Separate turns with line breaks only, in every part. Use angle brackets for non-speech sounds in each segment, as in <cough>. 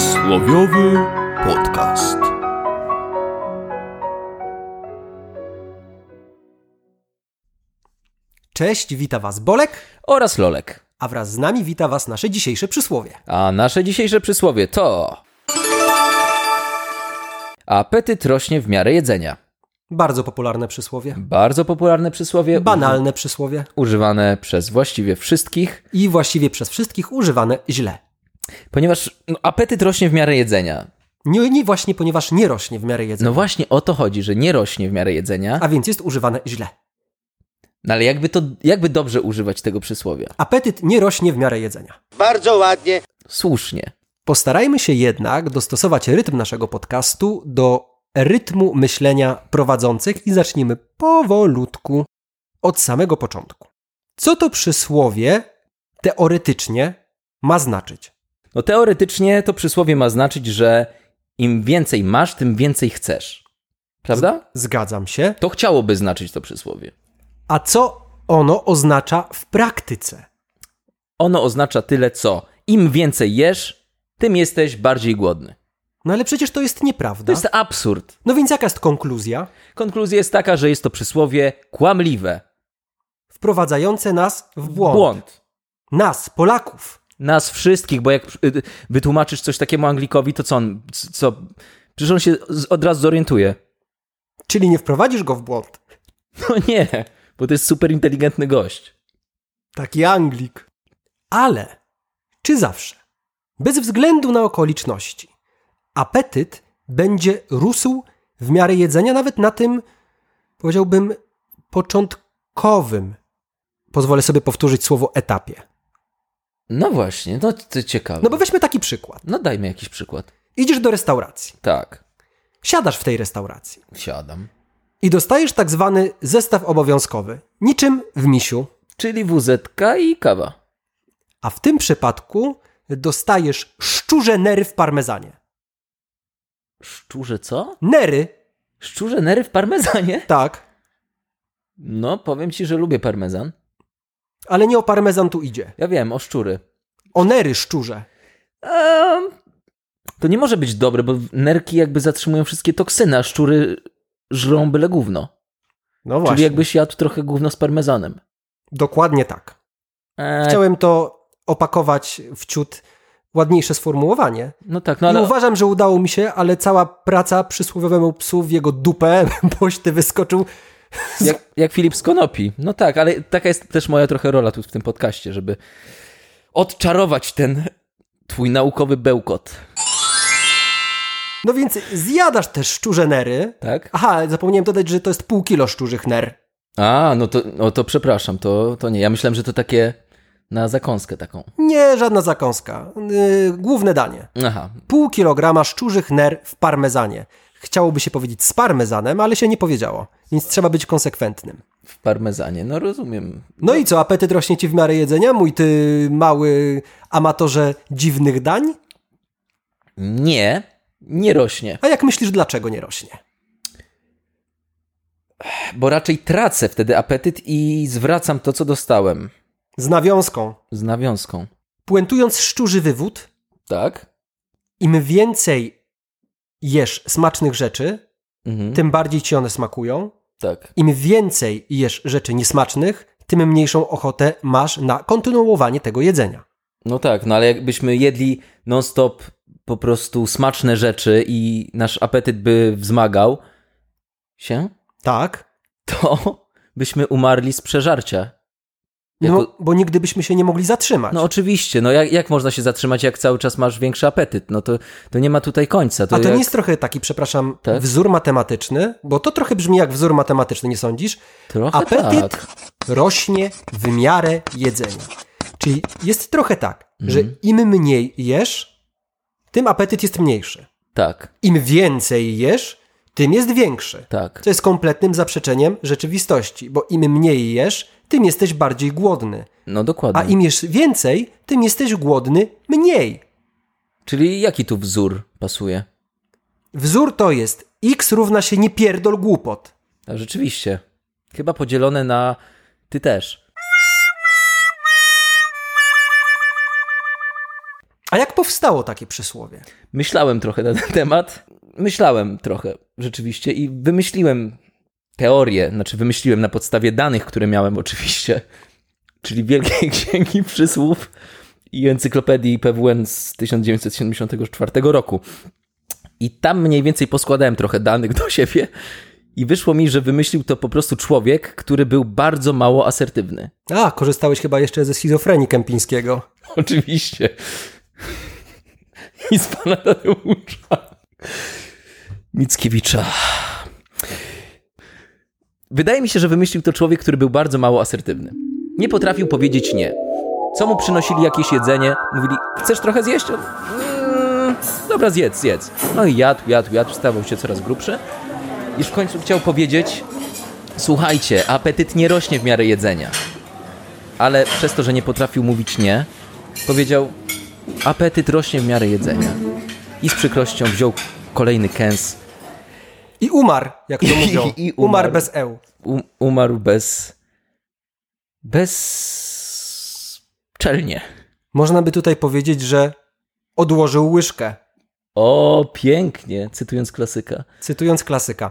Przysłowiowy podcast.
Cześć, wita Was Bolek,
oraz Lolek.
a wraz z nami wita Was nasze dzisiejsze przysłowie.
A nasze dzisiejsze przysłowie to. Apetyt rośnie w miarę jedzenia.
Bardzo popularne przysłowie,
Bardzo popularne przysłowie.
banalne przysłowie
Używane przez właściwie wszystkich,
i właściwie przez wszystkich używane źle.
ponieważ no, apetyt rośnie w miarę jedzenia.
Nie, nie właśnie, ponieważ nie rośnie w miarę jedzenia,
No właśnie o to chodzi, że nie rośnie w miarę jedzenia.
a więc jest używane źle.
No ale jakby to, jakby dobrze używać tego przysłowia?
Apetyt nie rośnie w miarę jedzenia.
Bardzo ładnie.
Słusznie.
Postarajmy się jednak dostosować rytm naszego podcastu do rytmu myślenia prowadzących i zacznijmy powolutku od samego początku. Co to przysłowie teoretycznie ma znaczyć?
No teoretycznie to przysłowie ma znaczyć, że im więcej masz, tym więcej chcesz. Prawda?
Zgadzam się.
To chciałoby znaczyć to przysłowie.
A co ono oznacza w praktyce?
Ono oznacza tyle co im więcej jesz, tym jesteś bardziej głodny.
No ale przecież to jest nieprawda.
To jest absurd.
No więc jaka jest konkluzja
Konkluzja jest taka, że jest to przysłowie kłamliwe.
wprowadzające nas w błąd?
Błąd.
Nas, Polaków.
Nas wszystkich, bo jak y, y, wytłumaczysz coś takiemu Anglikowi, to co on, c- co, przecież on się z- od razu zorientuje. <laughs>
Czyli nie wprowadzisz go w błąd.
No nie, bo to jest super inteligentny gość.
Taki Anglik. Ale, czy zawsze, bez względu na okoliczności, apetyt będzie rósł w miarę jedzenia, nawet na tym, powiedziałbym, początkowym. Pozwolę sobie powtórzyć słowo etapie.
No właśnie, no to ciekawe.
No bo weźmy taki przykład.
No dajmy jakiś przykład.
Idziesz do restauracji.
Tak,
Siadasz w tej restauracji
siadam.
i dostajesz tak zwany zestaw obowiązkowy, niczym w misiu,
Czyli WZK i kawa.
a w tym przypadku dostajesz szczurze nery w parmezanie.
Szczurze co?
Nery,
Szczurze nery w parmezanie?
tak,
No, powiem ci, że lubię parmezan.
ale nie o parmezan tu idzie.
Ja wiem, o szczury.
O nery szczurze.
Em, to nie może być dobre, bo nerki jakby zatrzymują wszystkie toksyny, a szczury żrą byle gówno.
No
Czyli jakbyś jadł trochę gówno z parmezanem.
Dokładnie tak.
E,
Chciałem to opakować w ciut ładniejsze sformułowanie.
No tak, no
I
ale
uważam, że udało mi się, ale cała praca przysłowiowemu psu w jego dupę, <laughs> boś ty wyskoczył.
jak, jak Filip z Konopi. No tak, ale taka jest też moja trochę rola tu w tym podcaście, żeby odczarować ten twój naukowy bełkot.
No więc zjadasz te szczurze nery.
Tak?
Aha, zapomniałem dodać, że to jest pół kilo szczurzych ner.
A, no to, no to przepraszam, to, to nie. Ja myślałem, że to takie na zakąskę taką.
Nie, żadna zakąska. Yy, główne danie.
Aha,
Pół kilograma szczurzych ner w parmezanie. Chciałoby się powiedzieć z parmezanem, ale się nie powiedziało, więc trzeba być konsekwentnym.
w parmezanie. No rozumiem.
No i co, apetyt rośnie ci w miarę jedzenia, mój ty mały amatorze dziwnych dań?
Nie, nie rośnie.
A jak myślisz, dlaczego nie rośnie?
bo raczej tracę wtedy apetyt i zwracam to, co dostałem.
Z nawiązką.
Z nawiązką.
Puentując szczurzy wywód,
Tak?
im więcej jesz smacznych rzeczy,
Mhm.
tym bardziej ci one smakują,
Tak.
Im więcej jesz rzeczy niesmacznych, tym mniejszą ochotę masz na kontynuowanie tego jedzenia.
No tak, no ale jakbyśmy jedli non-stop po prostu smaczne rzeczy i nasz apetyt by wzmagał się,
Tak?
to <laughs> byśmy umarli z przeżarcia. Jako...
No,
No,
bo nigdy byśmy się nie mogli zatrzymać.
oczywiście, no jak, jak można się zatrzymać, jak cały czas masz większy apetyt? No to, to nie ma tutaj końca. To
A to
jak...
nie jest trochę taki, przepraszam,
Tak?
wzór matematyczny, bo to trochę brzmi jak wzór matematyczny, nie sądzisz?
Trochę
Apetyt
tak.
rośnie w miarę jedzenia. Czyli jest trochę tak, że
Mhm.
im mniej jesz, tym apetyt jest mniejszy.
Tak,
Im więcej jesz, tym jest większy.
tak.
co jest kompletnym zaprzeczeniem rzeczywistości, bo im mniej jesz, tym jesteś bardziej głodny.
No
A
dokładnie.
im jesz więcej, tym jesteś głodny mniej.
Czyli jaki tu wzór pasuje?
Wzór to jest x równa się nie pierdol głupot.
Tak, rzeczywiście. Chyba podzielone na ty też.
A A jak powstało takie przysłowie?
Myślałem trochę na ten temat. Myślałem trochę rzeczywiście i wymyśliłem teorię, znaczy wymyśliłem na podstawie danych, które miałem <laughs> oczywiście, czyli Wielkiej <laughs> Księgi Przysłów i Encyklopedii PWN z 1974 roku. I tam mniej więcej poskładałem trochę danych do siebie i wyszło mi, że wymyślił to po prostu człowiek, który był bardzo mało asertywny.
A, korzystałeś chyba jeszcze ze schizofrenii kępińskiego.
<laughs> Oczywiście. I z pana Tadeusza. Mickiewicza. Wydaje mi się, że wymyślił to człowiek, który był bardzo mało asertywny. Nie potrafił powiedzieć nie. Co mu przynosili jakieś jedzenie? Mówili, chcesz trochę zjeść? Mm, dobra, zjedz, zjedz. No i jadł, jadł, jadł, stawał się coraz grubszy. I w końcu chciał powiedzieć, słuchajcie, apetyt nie rośnie w miarę jedzenia ale przez to, że nie potrafił mówić nie, powiedział: Apetyt rośnie w miarę jedzenia. I z przykrością wziął kolejny kęs.
I umarł, jak
<laughs>
to mówią.
I umarł.
umarł. bez E eł.
U- umarł bez. bez. czelnie.
Można by tutaj powiedzieć, że odłożył łyżkę,
O, pięknie, cytując klasyka.
cytując klasyka.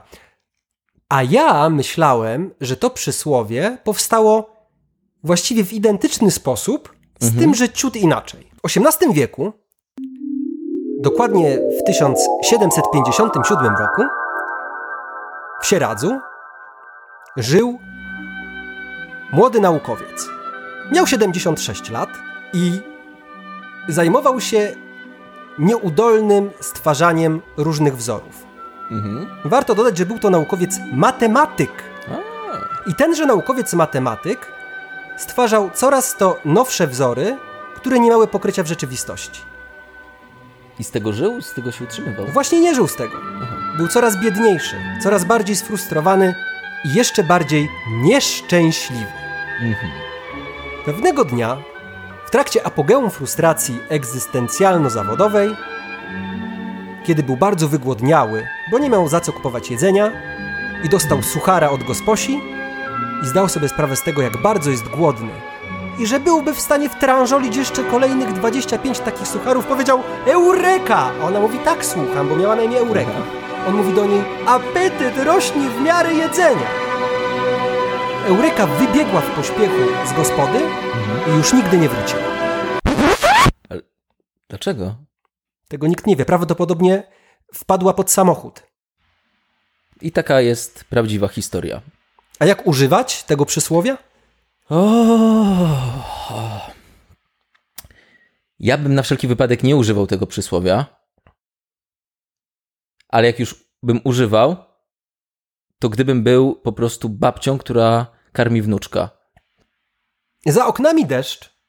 A ja myślałem, że to przysłowie powstało właściwie w identyczny sposób, z tym, że ciut inaczej. W XVIII wieku, dokładnie w 1757 roku, w Sieradzu żył młody naukowiec. Miał 76 lat i zajmował się nieudolnym stwarzaniem różnych wzorów.
Mhm.
Warto dodać, że był to naukowiec matematyk.
A.
I tenże naukowiec matematyk stwarzał coraz to nowsze wzory, które nie miały pokrycia w rzeczywistości.
I z tego żył, z tego się utrzymywał.
Właśnie nie żył z tego. Był coraz biedniejszy, coraz bardziej sfrustrowany i jeszcze bardziej nieszczęśliwy. Pewnego dnia, w trakcie apogeum frustracji egzystencjalno-zawodowej, kiedy był bardzo wygłodniały, bo nie miał za co kupować jedzenia i dostał suchara od gosposi i zdał sobie sprawę z tego, jak bardzo jest głodny i że byłby w stanie wtrążolić jeszcze kolejnych 25 takich sucharów, powiedział Eureka! A ona mówi tak słucham, bo miała na imię Eureka. On mówi do niej apetyt rośnie w miarę jedzenia. Eureka wybiegła w pośpiechu z gospody i już nigdy nie wróciła.
Dlaczego?
Tego nikt nie wie. Prawdopodobnie wpadła pod samochód.
I taka jest prawdziwa historia.
A jak używać tego przysłowia?
O. Oh. Ja bym na wszelki wypadek nie używał tego przysłowia. Ale jak już bym używał, to gdybym był po prostu babcią, która karmi wnuczka.
Za oknami deszcz,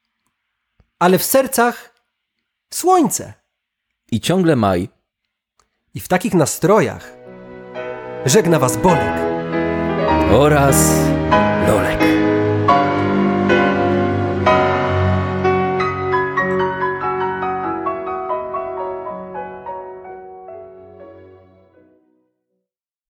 ale w sercach słońce.
I ciągle maj.
I w takich nastrojach żegna was Bolek.
Oraz.